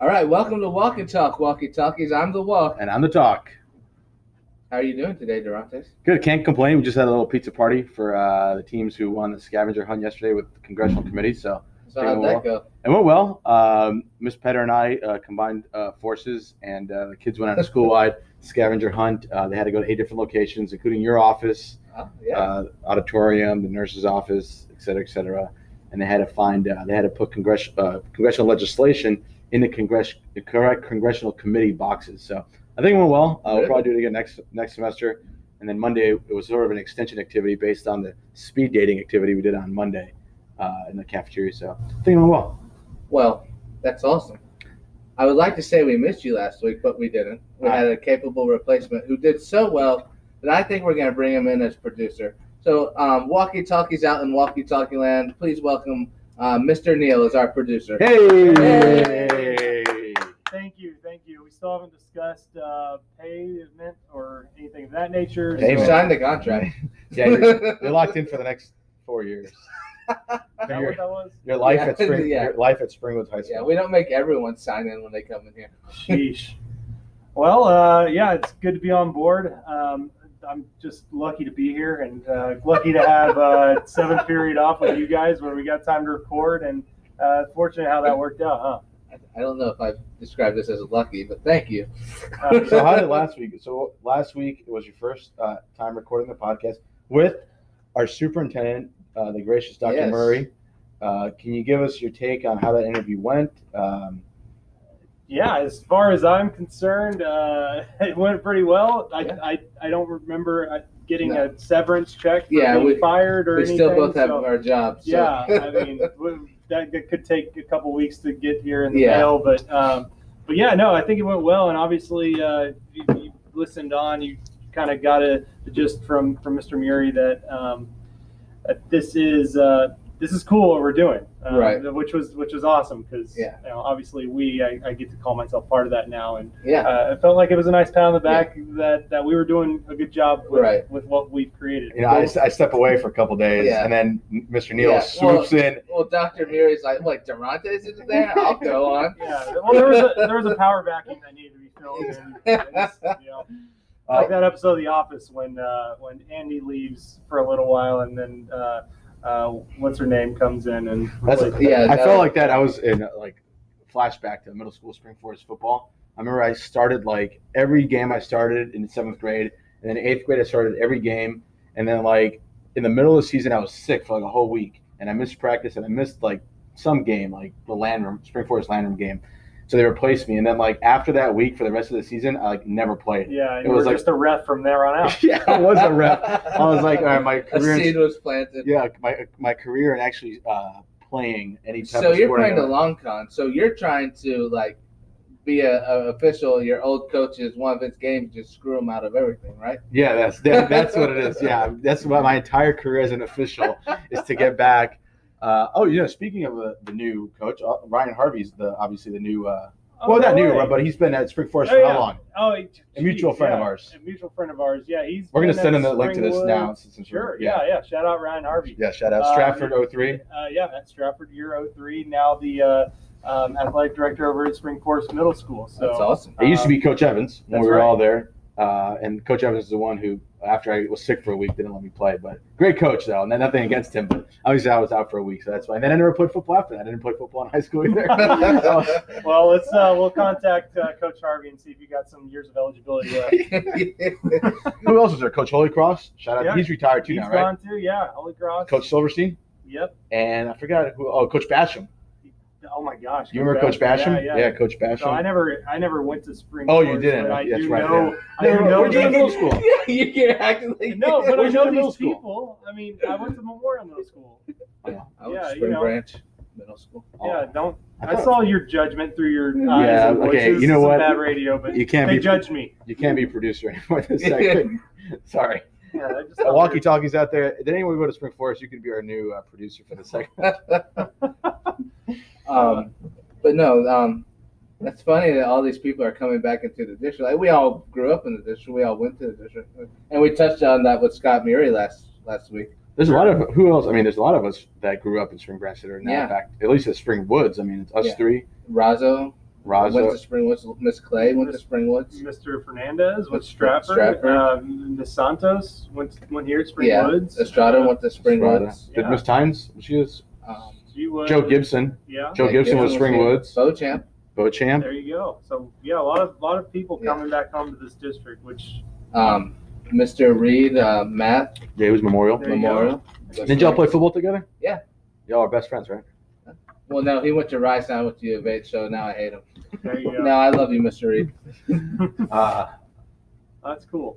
All right, welcome to Walk and Talk, Walkie Talkies. I'm the Walk. And I'm the talk. How are you doing today, Durantes? Good. Can't complain. We just had a little pizza party for uh, the teams who won the scavenger hunt yesterday with the congressional committee. So So how'd that go? it went well. Um, Miss Petter and I uh, combined uh, forces, and uh, the kids went on a school wide scavenger hunt. Uh, they had to go to eight different locations, including your office, Oh, yeah. uh, auditorium, the nurse's office, et cetera, et cetera. And they had to find, uh, they had to put congress- uh, congressional legislation in the, congress- the correct congressional committee boxes. So I think it went well. Uh, we'll Good. probably do it again next next semester. And then Monday, it was sort of an extension activity based on the speed dating activity we did on Monday uh, in the cafeteria. So I think it went well. well, that's awesome. I would like to say we missed you last week, but we didn't. We had a capable replacement who did so well that I think we're going to bring him in as producer. So, um, Walkie Talkies out in Walkie Talkie Land, please welcome uh, Mr. Neal as our producer. Hey! Thank you, thank you. We still haven't discussed uh, payment or anything of that nature. You Payment. signed the contract. Yeah, you're, you're locked in for the next four years. Is that what that was? Your life Yeah, at Spring, yeah. your life at Springwoods High School. yeah, we don't make everyone sign in when they come in here. Sheesh. Well, uh, yeah, it's good to be on board. Um, I'm just lucky to be here and uh, lucky to have uh, seventh period off with you guys where we got time to record and uh, fortunate how that worked out, I, I don't know if I've described this as lucky, but thank you. huh? Uh, so how did last week? So last week it was your first uh, time recording the podcast with our superintendent, uh, the gracious Dr. Yes. Murray. Uh, can you give us your take on how that interview went? Um, yeah, as far as I'm concerned, uh, it went pretty well. I, Yeah. I, I don't remember uh, getting No. a severance check for Yeah, being we- fired or we anything. still both have so- our jobs. so- Yeah, I mean w- that, that could take a couple weeks to get here in the Yeah. mail, but um, but yeah, no, I think it went well, and obviously uh, you, you listened on, you kind of got a the gist from from Mr. Murray that um, that this is uh, this is cool what we're doing, um, Right. Which was which was awesome because Yeah. you know, obviously we I, I get to call myself part of that now, and yeah. uh, it felt like it was a nice pat on the back that that we were doing a good job with, Right. with what we've created. you know, I, I step away for a couple days, Yeah. and then Mr. Neal Yeah, swoops in. Well, Dr. Murray's like, like, Durante's in there? I'll go on. Yeah, well, there was a there was a power vacuum that needed to be filled, and it's, you know, like that episode of The Office when uh, when Andy leaves for a little while, and then uh, uh, what's her name comes in and That's- replaces her. Yeah, I that- felt like that. I was in uh, like flashback to middle school spring forest football. I remember I started like every game I started in seventh grade, and then eighth grade I started every game, and then like in the middle of the season I was sick for like a whole week, and I missed practice and I missed like some game like the Landrum Spring Forest Landrum game, so they replaced me, and then like after that week for the rest of the season I like never played. yeah, and It you was were like- just a ref from there on out. yeah, I was a rep. I was like, all right, my a career. seed in- was planted. Yeah, my my career and actually uh, playing any type So of you're sporting playing the event. long con. So you're trying to, like, be a, a official. Your old coaches, one of his games, just screw him out of everything, right? Yeah, that's that, that's what it is. Yeah, that's what my entire career as an official is to get back. Uh, oh, you know, speaking of the, the new coach, uh, Ryan Harvey's the obviously the new. Uh, well, not no new, way. but he's been at Spring Forest Oh, for how yeah. long? Oh, he- A mutual geez, friend of yeah, ours. A mutual friend of ours. Yeah, he's. We're gonna been send him at the link to this Springwood. now. Since we're- Sure. Yeah. yeah, Shout out Ryan Harvey. yeah. Shout out Uh, Stratford 03. Uh, yeah, Matt Stratford, year 03, now the uh, um, athletic director over at Spring Forest Middle School. So That's awesome. It used to be Coach Evans when uh, that's we were right. all there, uh, and Coach Evans is the one who, after I was sick for a week, didn't let me play. But great coach though, and then nothing against him. But obviously, I was out for a week, so that's why. And then I never played football after that. I didn't play football in high school either. So- Well, let's uh, we'll contact uh, Coach Harvey and see if you got some years of eligibility left. Who else is there? Coach Holy Cross. Shout out. Yeah. He's retired too He's now, right? gone too, yeah. Holy Cross. Coach Silverstein. Yep. And I forgot who. Oh, Coach Basham. Oh my gosh. You remember Coach Basham? Yeah, yeah. Coach Basham. So I never, I never went to spring. Oh, you Forest, didn't. but I That's do right, Know, yeah. I do No, know we're doing these- middle school. yeah, you can't act like No, but I Where'd you go know to middle these school? people. I mean, I went to Memorial Middle School. I was yeah, you Spring know. Branch Middle School. Oh. Yeah, don't. I I thought- saw your judgment through your eyes Yeah, and okay, voices. you know It's a what? Bad radio, but You can't they be- judged me. You can't be producer anymore. This second. Sorry. Yeah, I just Uh, Walkie talkies out there. Did anyone go to Spring Forest? You could be our new uh, producer for the second. Um, but no, um, that's funny that all these people are coming back into the district. Like we all grew up in the district, we all went to the district, and we touched on that with Scott Murray last last week. There's a lot of who else? I mean, there's a lot of us that grew up in Spring Branch that are now Yeah. back, at least at Spring Woods. I mean, it's us Yeah. three. Razzo, Went Raza. to Springwoods. Miss Clay went to Springwoods. Mr. Fernandez with With Stratford. Stratford. Uh, Miss Santos went, went here at Spring Yeah, Woods. Estrada Uh, went to Springwoods. Did Yeah. Miss Tynes? She was Um, she was, Joe Gibson. Yeah, Joe Nick Gibson was Gibson was Springwoods. Bo Champ. Bo Champ. there you go. So yeah, a lot of lot of people Yeah. coming back home to this district, which Um, Mr. Reed, uh, Matt Yeah, he was Memorial. There you go. Memorial. Did y'all play football together? Yeah. Y'all are best friends, right? Well, no, he went to Rice. and I went to U of H, so now I hate him. there you go. No, I love you, Mr. Reed. Uh, That's cool.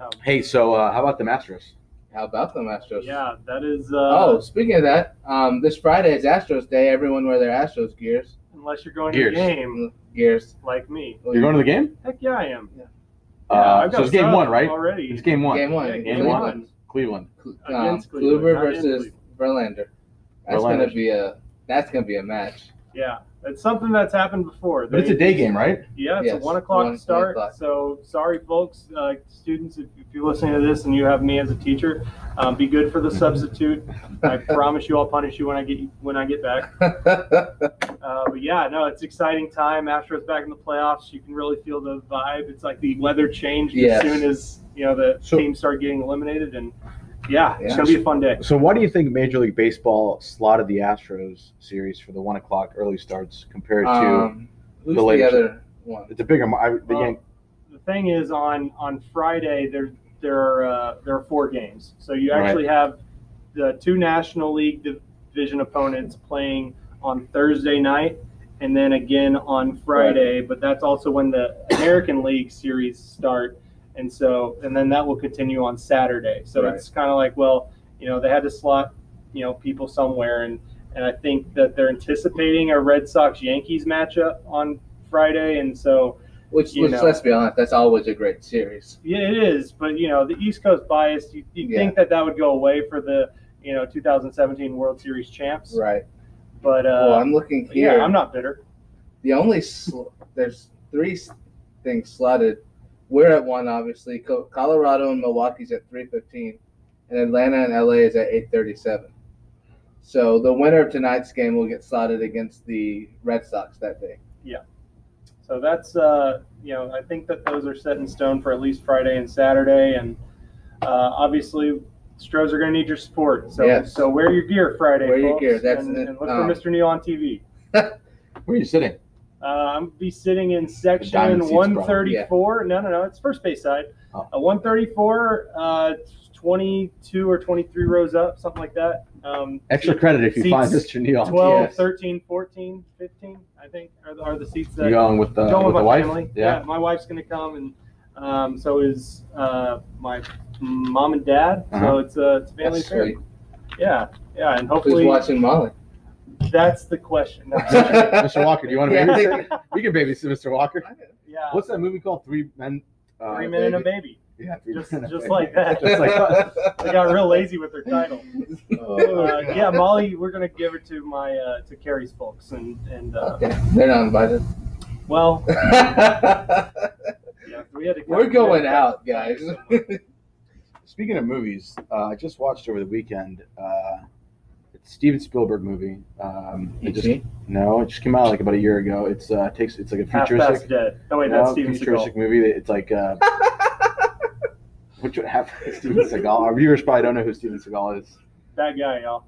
Um, hey, so uh, how about the Masters? How about the Astros? yeah, that is. Uh, Oh, speaking of that, um, this Friday is Astros Day. Everyone wear their Astros gears. unless you're going to a Gears. game Gears. like me. You're going to the game? Heck yeah, I am. Uh, Yeah, I've so got it's game sub one, right? Already It's game one. Game one. Yeah, game one. Cleveland. Cleveland. Um, against Cleveland, Kluber not in versus Cleveland. Verlander. That's going Verlander. to be a that's going to be a match. Yeah, it's something that's happened before. But it's a day game, right? Yeah, it's a Yes, one o'clock one- start. one o'clock. So sorry, folks, uh, students, if, if you're listening to this and you have me as a teacher, um, be good for the substitute. I promise you, I'll punish you when I get when I get back. Uh, but yeah, no, it's exciting time. Astros back in the playoffs. You can really feel the vibe. It's like the weather changed Yes. as soon as you know the So- teams start getting eliminated, and yeah, it's Yeah. gonna be a fun day. So why do you think Major League Baseball slotted the Astros series for the one o'clock early starts compared to um, who's the the, Lakers. other one? it's a bigger mar- I, the Well, Yan- the thing is on on Friday there there are uh, there are four games. So you Right. actually have the two National League division opponents playing on Thursday night and then again on Friday, but that's also when the American League series start. And so and then that will continue on Saturday. So Right. it's kind of like well, you know, they had to slot, you know, people somewhere and and I think that they're anticipating a Red Sox Yankees matchup on Friday and so Which, you which know. let's be honest, that's always a great series. yeah, it is. But you know, the East Coast bias. You you Yeah. think that that would go away for the you know 2017 World Series champs? Right. But well, uh, I'm looking here. yeah, I'm not bitter. The only sl- there's three s- things slotted. We're at one, obviously. Co- Colorado and Milwaukee's at three fifteen, and Atlanta and LA is at eight thirty seven. So the winner of tonight's game will get slotted against the Red Sox that day. So that's uh, you know, I think that those are set in stone for at least Friday and Saturday, and uh, obviously. Stros are going to need your support, so Yes. so wear your gear Friday, Wear your folks, gear, that's and, it. and look Um, for Mr. Neal on TV. where are you sitting? Uh, I'm gonna be sitting in section diamond seats, bro. 134. No, no, no. It's first base side. Oh. Uh, 134, uh, 22 or 23 rows up, something like that. Um, Extra credit if you Seats find Mr. Neal. 12, yes. 13, 14, 15, I think, are the, are the seats You that going with the, going with the my wife? family. Yeah. my wife's gonna come, and um, so is uh, my mom and dad. So Uh-huh. it's a, it's a family That's affair. sweet. Yeah, yeah, and Who's hopefully watching Molly? that's the question. Yeah. Mr. Walker, do you want to Yeah. babysit? You can babysit Mr. Walker. yeah, What's that movie called? Three Men. Uh, three men and a baby. Yeah, Three Just- Men and a just Baby. like that. just like us. They got real lazy with their title. Uh, yeah, Molly, we're gonna give it to my uh, to Carrie's folks, and and uh, Okay, they're not invited. well, yeah, we had to. We're going out, guys. Speaking of movies, uh, I just watched over the weekend. Uh, it's a Steven Spielberg movie. Um, it just E.T.? no, it just came out like about a year ago. It's uh, takes it's like a Half past futuristic, dead. No wait, no, that's Steven futuristic Seagal. movie. that It's like uh, which would have Steven Seagal. Our viewers probably don't know who Steven Seagal is. That guy, y'all.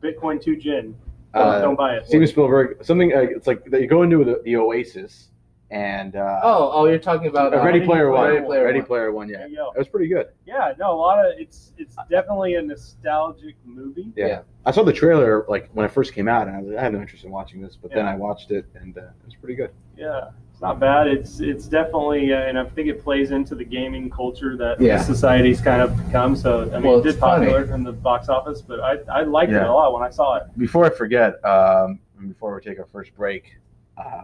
Bitcoin two gin. Uh, Don't buy it. Steven Spielberg. Something uh, it's like they go into the, the Oasis and uh, Oh, oh, you're talking about uh, Ready Ready Player Player One. Ready One. Player, One. Yeah, There it you go. was pretty good. Yeah, no, a lot of it's it's definitely a nostalgic movie. Yeah. Yeah. I saw the trailer like when it first came out, and I was like, I have no interest in watching this. But then Yeah. I watched it, and uh, it was pretty good. Yeah, it's not bad. It's it's definitely, uh, and I think it plays into the gaming culture that Yeah. society's kind of become. So I mean, Well, it did it's funny. popular in the box office, but I I liked it Yeah. a lot when I saw it. Before I forget, um, and before we take our first break, uh,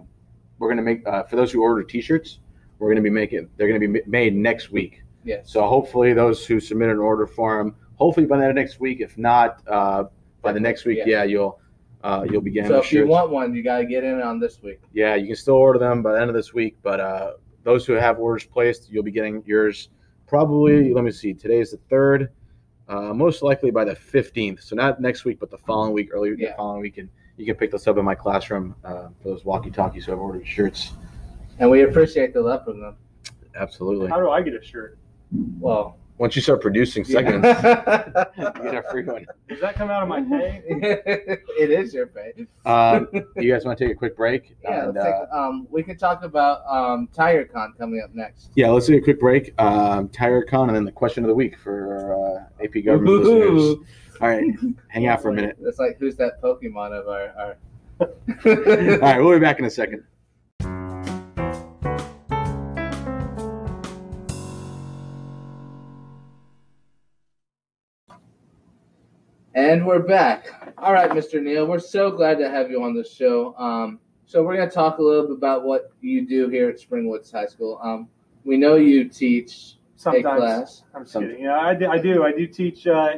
we're gonna make uh, for those who order T-shirts, we're gonna be making. They're gonna be ma- made next week. Yes. So hopefully those who submit an order form, hopefully by the end of next week. If not, uh, by the next week, yeah, Yeah. you'll uh, you'll be getting So those if you shirts. want one, you got to get in on this week. yeah, you can still order them by the end of this week. But uh, those who have orders placed, you'll be getting yours probably. Let me see. Today's the third. Uh, most likely by the fifteenth. So not next week, but the following week, early the Yeah. following week, and you can pick those up in my classroom uh, for those walkie talkies. So I've ordered shirts. and we appreciate the love from them. Absolutely. How do I get a shirt? Well, Once you start producing segments, you get a free one. Does that come out of my Mm-hmm. pay? it is your pay. Um, you guys want to take a quick break? Yeah, And, let's uh, take, um, we can talk about um, TireCon coming up next. yeah, let's take a quick break. Um, Tyre Con, and then the question of the week for uh, AP government listeners. Woohoo! All right, hang out for a minute. That's like who's that Pokemon of our. All our right, we'll be back in a second. and we're back. All right, Mr. Neal, we're so glad to have you on the show. Um, so we're going to talk a little bit about what you do here at Springwoods High School. Um, we know you teach a Sometimes. class. I'm just kidding. Yeah, I do. I do, I do teach uh,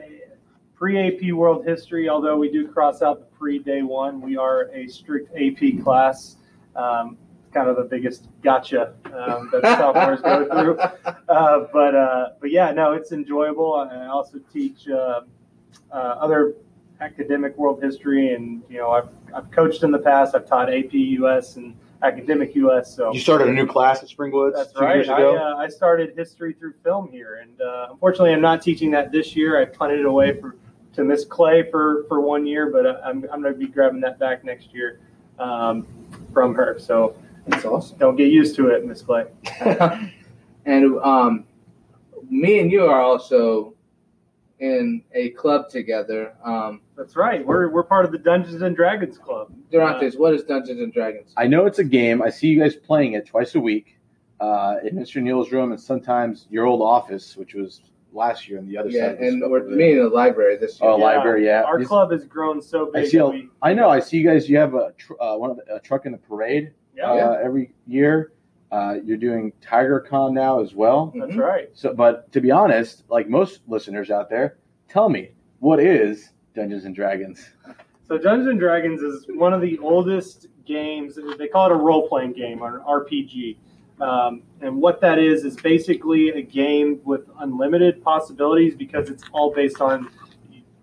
pre AP world history, although we do cross out the pre day one. We are a strict AP class. Um, kind of the biggest gotcha um, that sophomores go through. Uh, but uh, but yeah, no, it's enjoyable. And I also teach uh, uh, other academic world history, and you know, I've I've coached in the past. I've taught AP US and academic US. So You started a new class at Springwoods that's two years right. I, ago. uh, I started history through film here, and uh, unfortunately, I'm not teaching that this year. I punted it away for, to Miss Clay for, for one year, but I- I'm, I'm going to be grabbing that back next year um, from her. So That's awesome. don't get used to it, Miss Clay. and um, me and you are also in a club together. Um, That's right. We're, we're part of the Dungeons and Dragons Club. Durantes, what is Dungeons and Dragons? I know it's a game. I see you guys playing it twice a week uh, in Mr. Neal's room and sometimes your old office, which was last year on the other yeah, side. Of the and scope we're over there. meeting in the library this year. Oh, Yeah. library, yeah. Our You- club has grown so I big. see That a- we, I know. I see you guys. You have a tr- uh, one of the, a truck in the parade yeah, uh, every year. Uh, you're doing Tiger Con now as well. that's Mhm. right. So, but to be honest, like most listeners out there, tell me what is Dungeons and Dragons? So Dungeons and Dragons is one of the oldest games. They call it a role-playing game or an RPG. Um, and what that is is basically a game with unlimited possibilities because it's all based on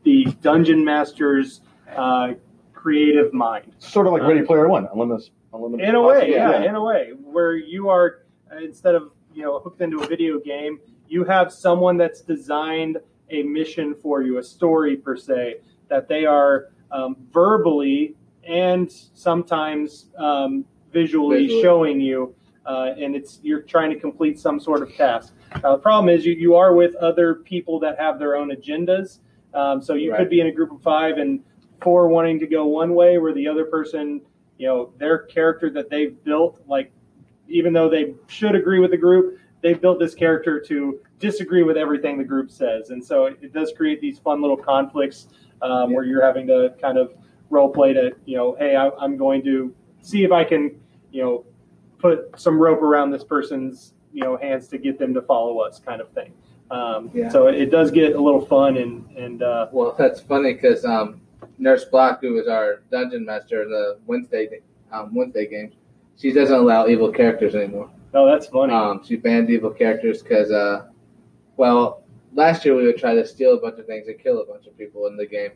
the dungeon master's uh, creative mind. Sort of like Ready Player One, unlimited. unlimited Uh, In a way, possibilities. yeah, in a way, where you are uh, instead of you know hooked into a video game, you have someone that's designed a mission for you, a story per se, that they are um, verbally and sometimes um, visually, Visually. showing you, uh, and it's you're trying to complete some sort of task. Now the Uh, problem is you you are with other people that have their own agendas, um, so you Right. could be in a group of five and four wanting to go one way, where the other person you know their character that they've built like even though they should agree with the group they've built this character to disagree with everything the group says and so it, it does create these fun little conflicts um, where you're having to kind of role play to you know hey I, i'm going to see if i can you know put some rope around this person's you know hands to get them to follow us kind of thing um, Yeah. so it, it does get a little fun and and uh, Well, that's funny because um, Nurse Block, who is our dungeon master, the Wednesday um, Wednesday games, she doesn't allow evil characters anymore. no that's funny Um, she banned evil characters because, uh, well, last year we would try to steal a bunch of things and kill a bunch of people in the game,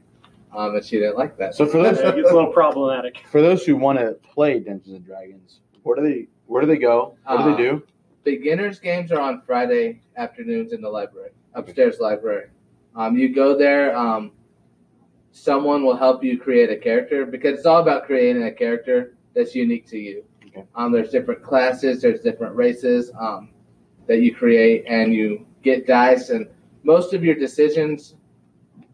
um, and she didn't like that. So for Yeah, those it gets a little problematic for those who want to play Dungeons and Dragons, where do they where do they go? What Uh, do they do? beginners games are on Friday afternoons in the library, upstairs library. Um, you go there. Um, someone will help you create a character because it's all about creating a character that's unique to you. Okay. Um, there's different classes, there's different races um, that you create, and you get dice, and most of your decisions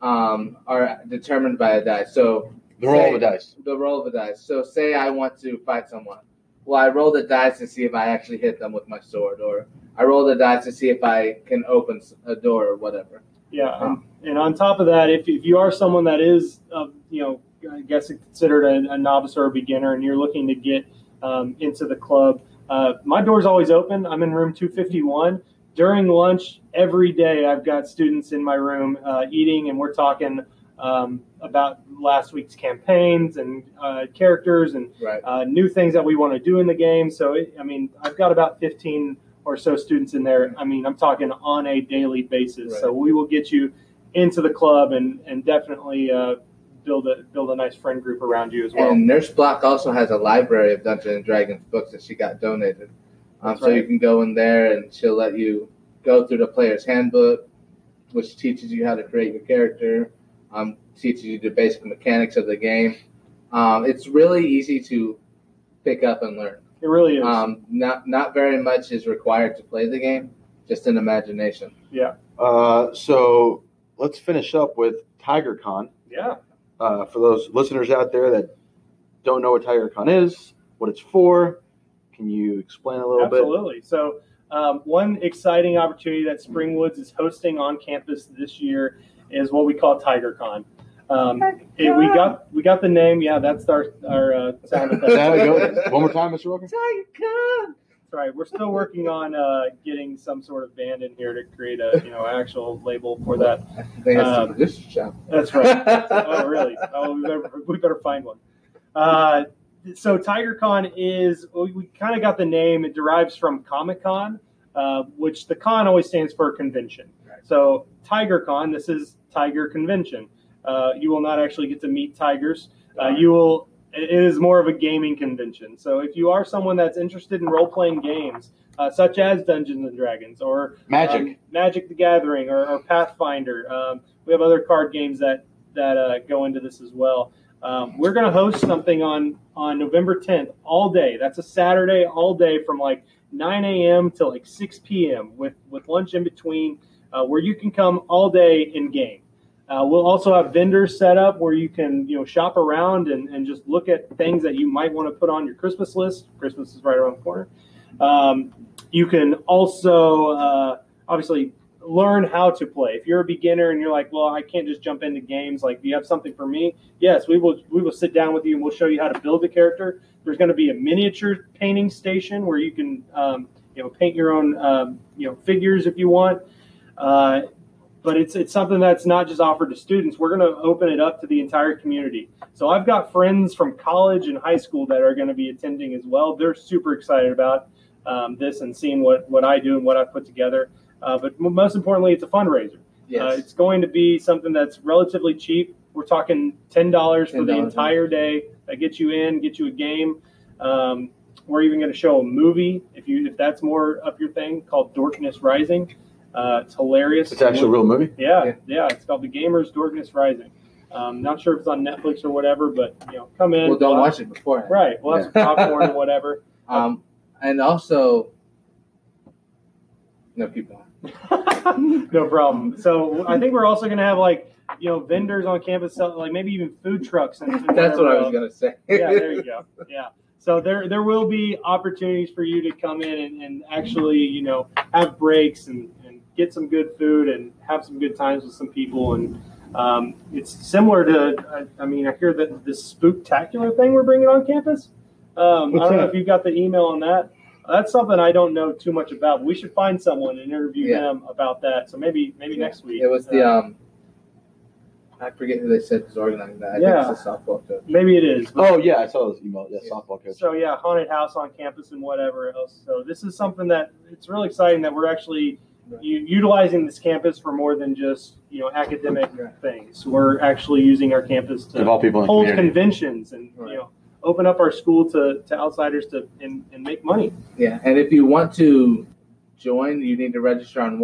um, are determined by a dice. So The roll Say- of the dice. the roll of the dice. So say I want to fight someone. Well, I roll the dice to see if I actually hit them with my sword, or I roll the dice to see if I can open s- a door or whatever. Yeah, and, and on top of that, if, if you are someone that is, uh, you know, I guess considered a, a novice or a beginner, and you're looking to get um, into the club, uh, my door's always open. I'm in room 251. During lunch, every day, I've got students in my room uh, eating, and we're talking um, about last week's campaigns and uh, characters and Right. uh, new things that we want to do in the game. So, it, I mean, I've got about 15 or so students in there. I mean, I'm talking on a daily basis. So, we will get you into the club and, and definitely uh, build a build a nice friend group around you as well. And Nurse Block also has a library of Dungeons and Dragons books that she got donated. Um, That's so you right. can go in there and she'll let you go through the player's handbook, which teaches you how to create your character, um, teaches you the basic mechanics of the game. Um, it's really easy to pick up and learn. It really is. Um, not not very much is required to play the game, just an imagination. Uh, so let's finish up with TigerCon. yeah. Uh, for those listeners out there that don't know what TigerCon is, what it's for, can you explain a little bit? Absolutely. So, um, one exciting opportunity that Springwoods is hosting on campus this year is what we call TigerCon. Um, it- we got we got the name. Yeah, that's our our uh, sound Is that how effect. it goes? One more time, Mr. Wilkins. That's right. We're still working on uh, getting some sort of band in here to create a you know actual label for that. I think that's the Um, producer's job. That's right. oh, really? Oh, we better, we better find one. Uh, so TigerCon is we, we kind of got the name. It derives from Comic Con, uh, which the con always stands for convention. Right. So TigerCon, this is Tiger Convention. Uh, you will not actually get to meet tigers. Uh, you will. It it is more of a gaming convention. So if you are someone that's interested in role playing games, uh, such as Dungeons and Dragons or Magic. um, Magic the Gathering, or, or Pathfinder. Um, we have other card games that that uh, go into this as well. Um, we're going to host something on on November 10th all day. That's a Saturday all day from like 9 a.m. to like 6 p.m. with with lunch in between, uh, where you can come all day and game. Uh, we'll also have vendors set up where you can you know shop around and, and just look at things that you might want to put on your Christmas list. Christmas is right around the corner. Um, you can also uh, obviously learn how to play. If you're a beginner and you're like, well, I can't just jump into games. Like, do you have something for me? Yes, we will. We will sit down with you and we'll show you how to build a character. There's going to be a miniature painting station where you can, um, you know, paint your own, um, you know, figures if you want. Uh, but it's it's something that's not just offered to students. We're going to open it up to the entire community. So I've got friends from college and high school that are going to be attending as well. They're super excited about um, this and seeing what what I do and what I put together. Uh, but m- most importantly, it's a fundraiser. Uh, Yes. it's going to be something that's relatively cheap. We're talking ten dollars for the $10. entire day. That gets you in, gets you a game. Um, we're even going to show a movie if you if that's more up your thing called Dorkness Rising. Uh, it's hilarious. It's actually a real movie. Yeah, Yeah. yeah, It's called The Gamers Dorkness Rising. Um, not sure if it's on Netflix or whatever, but you know, come in. well, don't watch it beforehand. uh, Right. We'll have some Yeah. popcorn and whatever. Um, and also, no people. no problem. So I think we're also going to have like you know vendors on campus, sell- like maybe even food trucks. And, and That's what whatever I was else. gonna say. yeah, there you go. Yeah. So there there will be opportunities for you to come in and, and actually, you know, have breaks and, and get some good food and have some good times with some people. And um, it's similar to, I, I mean, I hear that this spooktacular thing we're bringing on campus. Um, I What's don't know that? if you got the email on that. That's something I don't know too much about. We should find someone and interview Yeah. them about that. So maybe maybe next week. It was the Uh, um, I forget who they said was organizing that. I Yeah. think it's the softball coach. maybe it is. Oh yeah, I saw those email. Yeah, softball coach. So yeah, haunted house on campus and whatever else. So this is something that it's really exciting that we're actually u- utilizing this campus for more than just you know academic Right. things. We're actually using our campus to Involve people in the hold community. conventions and Right. you know open up our school to, to outsiders to and, and make money. Yeah, and if you want to join, you need to register on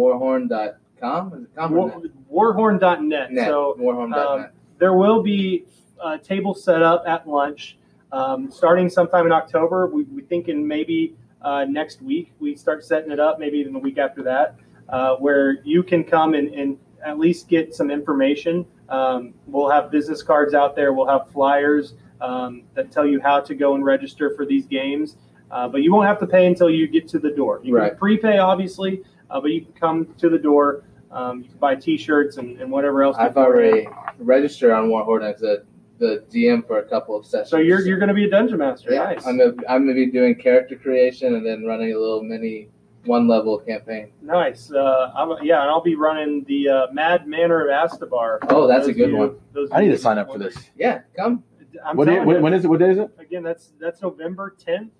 warhorn.com. Is it com or War, warhorn.net. net? Net, So um, warhorn.net. there will be a table set up at lunch um, starting sometime in October. We, we think in maybe uh, next week we start setting it up, maybe even the week after that, uh, where you can come and, and at least get some information. Um, we'll have business cards out there, we'll have flyers um, that tell you how to go and register for these games. Uh, but you won't have to pay until you get to the door. You Right. can prepay, obviously, uh, but you can come to the door. Um, you can buy T-shirts and, and whatever else. I've beforehand. already registered on Warhorn as a the DM for a couple of sessions. So you're you're going to be a dungeon master. yeah, nice. I'm gonna, I'm gonna be doing character creation and then running a little mini one level campaign. nice. Uh, I'm, yeah, and I'll be running the uh, Mad Manor of Astabar. Oh, that's a Those good of you- one. those I need of to you sign who up for wonder- this. Yeah, come. I'm What day, telling when, you, when is it? What day is it? again, that's that's November 10th.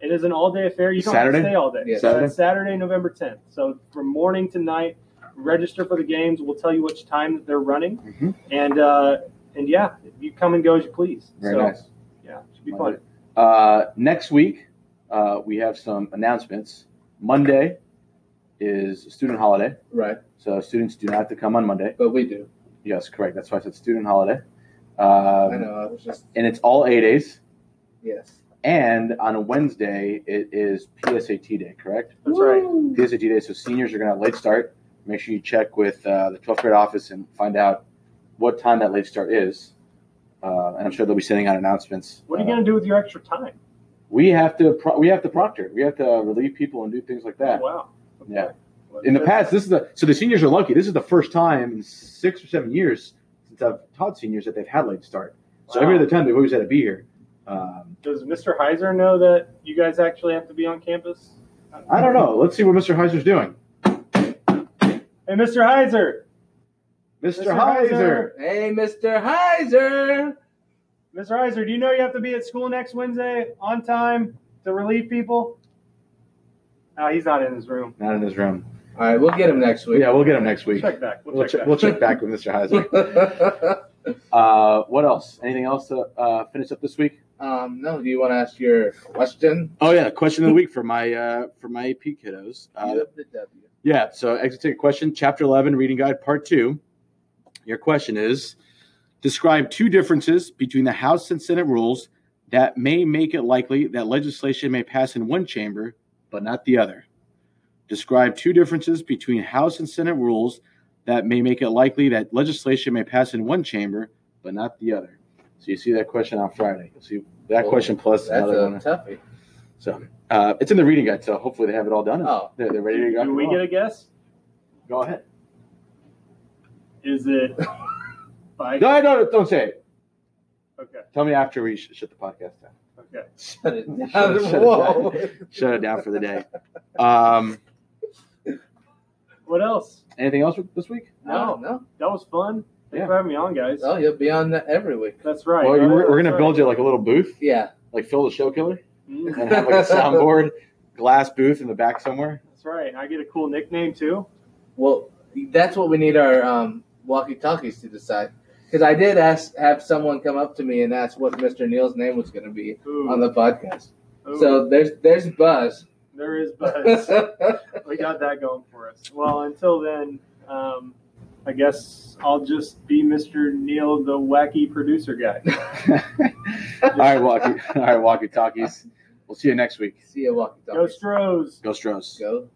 It is an all-day affair. You don't have Saturday? to stay all day. Yeah. Saturday? Uh, Saturday, November 10th. So from morning to night, register for the games. We'll tell you which time that they're running, Mhm. and uh, and yeah, you come and go as you please. Very so nice. yeah, it should be Love fun. it. Uh, next week, uh, we have some announcements. Monday is student holiday, Right. so students do not have to come on Monday. But we do. Yes, correct. That's why I said student holiday. Um, I know. I was just, And it's all A days. yes. And on a Wednesday, it is PSAT day, correct? That's right. PSAT day. So seniors are going to have late start. Make sure you check with uh, the 12th grade office and find out what time that late start is. Uh, and I'm sure they'll be sending out announcements. What are you Uh, going to do with your extra time? we have to pro- we have to proctor. We have to uh, relieve people and do things like that. Oh, wow. Okay. Yeah. In the past, this is the so the seniors are lucky. This is the first time in six or seven years since I've taught seniors that they've had late start. So every Wow. other time they've always had to be here. Um, Does Mr. Heiser know that you guys actually have to be on campus? I don't know. Let's see what Mr. Heiser's doing. Hey, Mr. Heiser! Mr. Mr. Heiser. Heiser. Hey, Mr. Heiser. Mr. Heiser, do you know you have to be at school next Wednesday on time to relieve people? Oh, he's not in his room. not in his room. All right, we'll get him next week. Yeah, we'll get him next week. Check back. We'll, We'll, check check, back. we'll check back with Mr. Heiser. Uh, what else? Anything else to uh, finish up this week? um, no, do you want to ask your question? Oh yeah, question of the week for my uh, for my AP kiddos. Uh, You have the W. Yeah, so exit ticket question, chapter 11, reading guide, part two. Your question is Describe two differences between the House and Senate rules that may make it likely that legislation may pass in one chamber, but not the other. Describe two differences between House and Senate rules that may make it likely that legislation may pass in one chamber, but not the other. So you see that question on Friday. You'll see that Oh, question plus That's another a one. toughie. So uh, it's in the reading guide, so hopefully they have it all done. Oh. They're, they're ready to go. Do we get a guess? Go ahead. Is it Biden? No, no, no, don't say it. Okay. Tell me after we sh- shut the podcast down. Okay. Shut it down. Shut it down. Whoa. Shut it down for the day. Um, What else? anything else with- this week? No, no. That was fun. Thanks Yeah. for having me on, guys. Oh, you'll be on that every week. That's right. well, you- we're, we're gonna That's build you like a little booth, Yeah. like Phil the Show Killer, right. Mm, and have like a soundboard, glass booth in the back somewhere. That's right. I get a cool nickname too. Well, that's what we need our um, walkie-talkies to decide. Because I did ask, have someone come up to me and ask what Mr. Neal's name was going to be Ooh. on the podcast. Ooh, So there's there's buzz. there is buzz. All we got that going for us. Well, until then, um, I guess I'll just be Mr. Neil, the wacky producer guy. all right, walkie, all right, walkie talkies. We'll see you next week. See you Go walkie-talkies. Stros. Go Stros. Go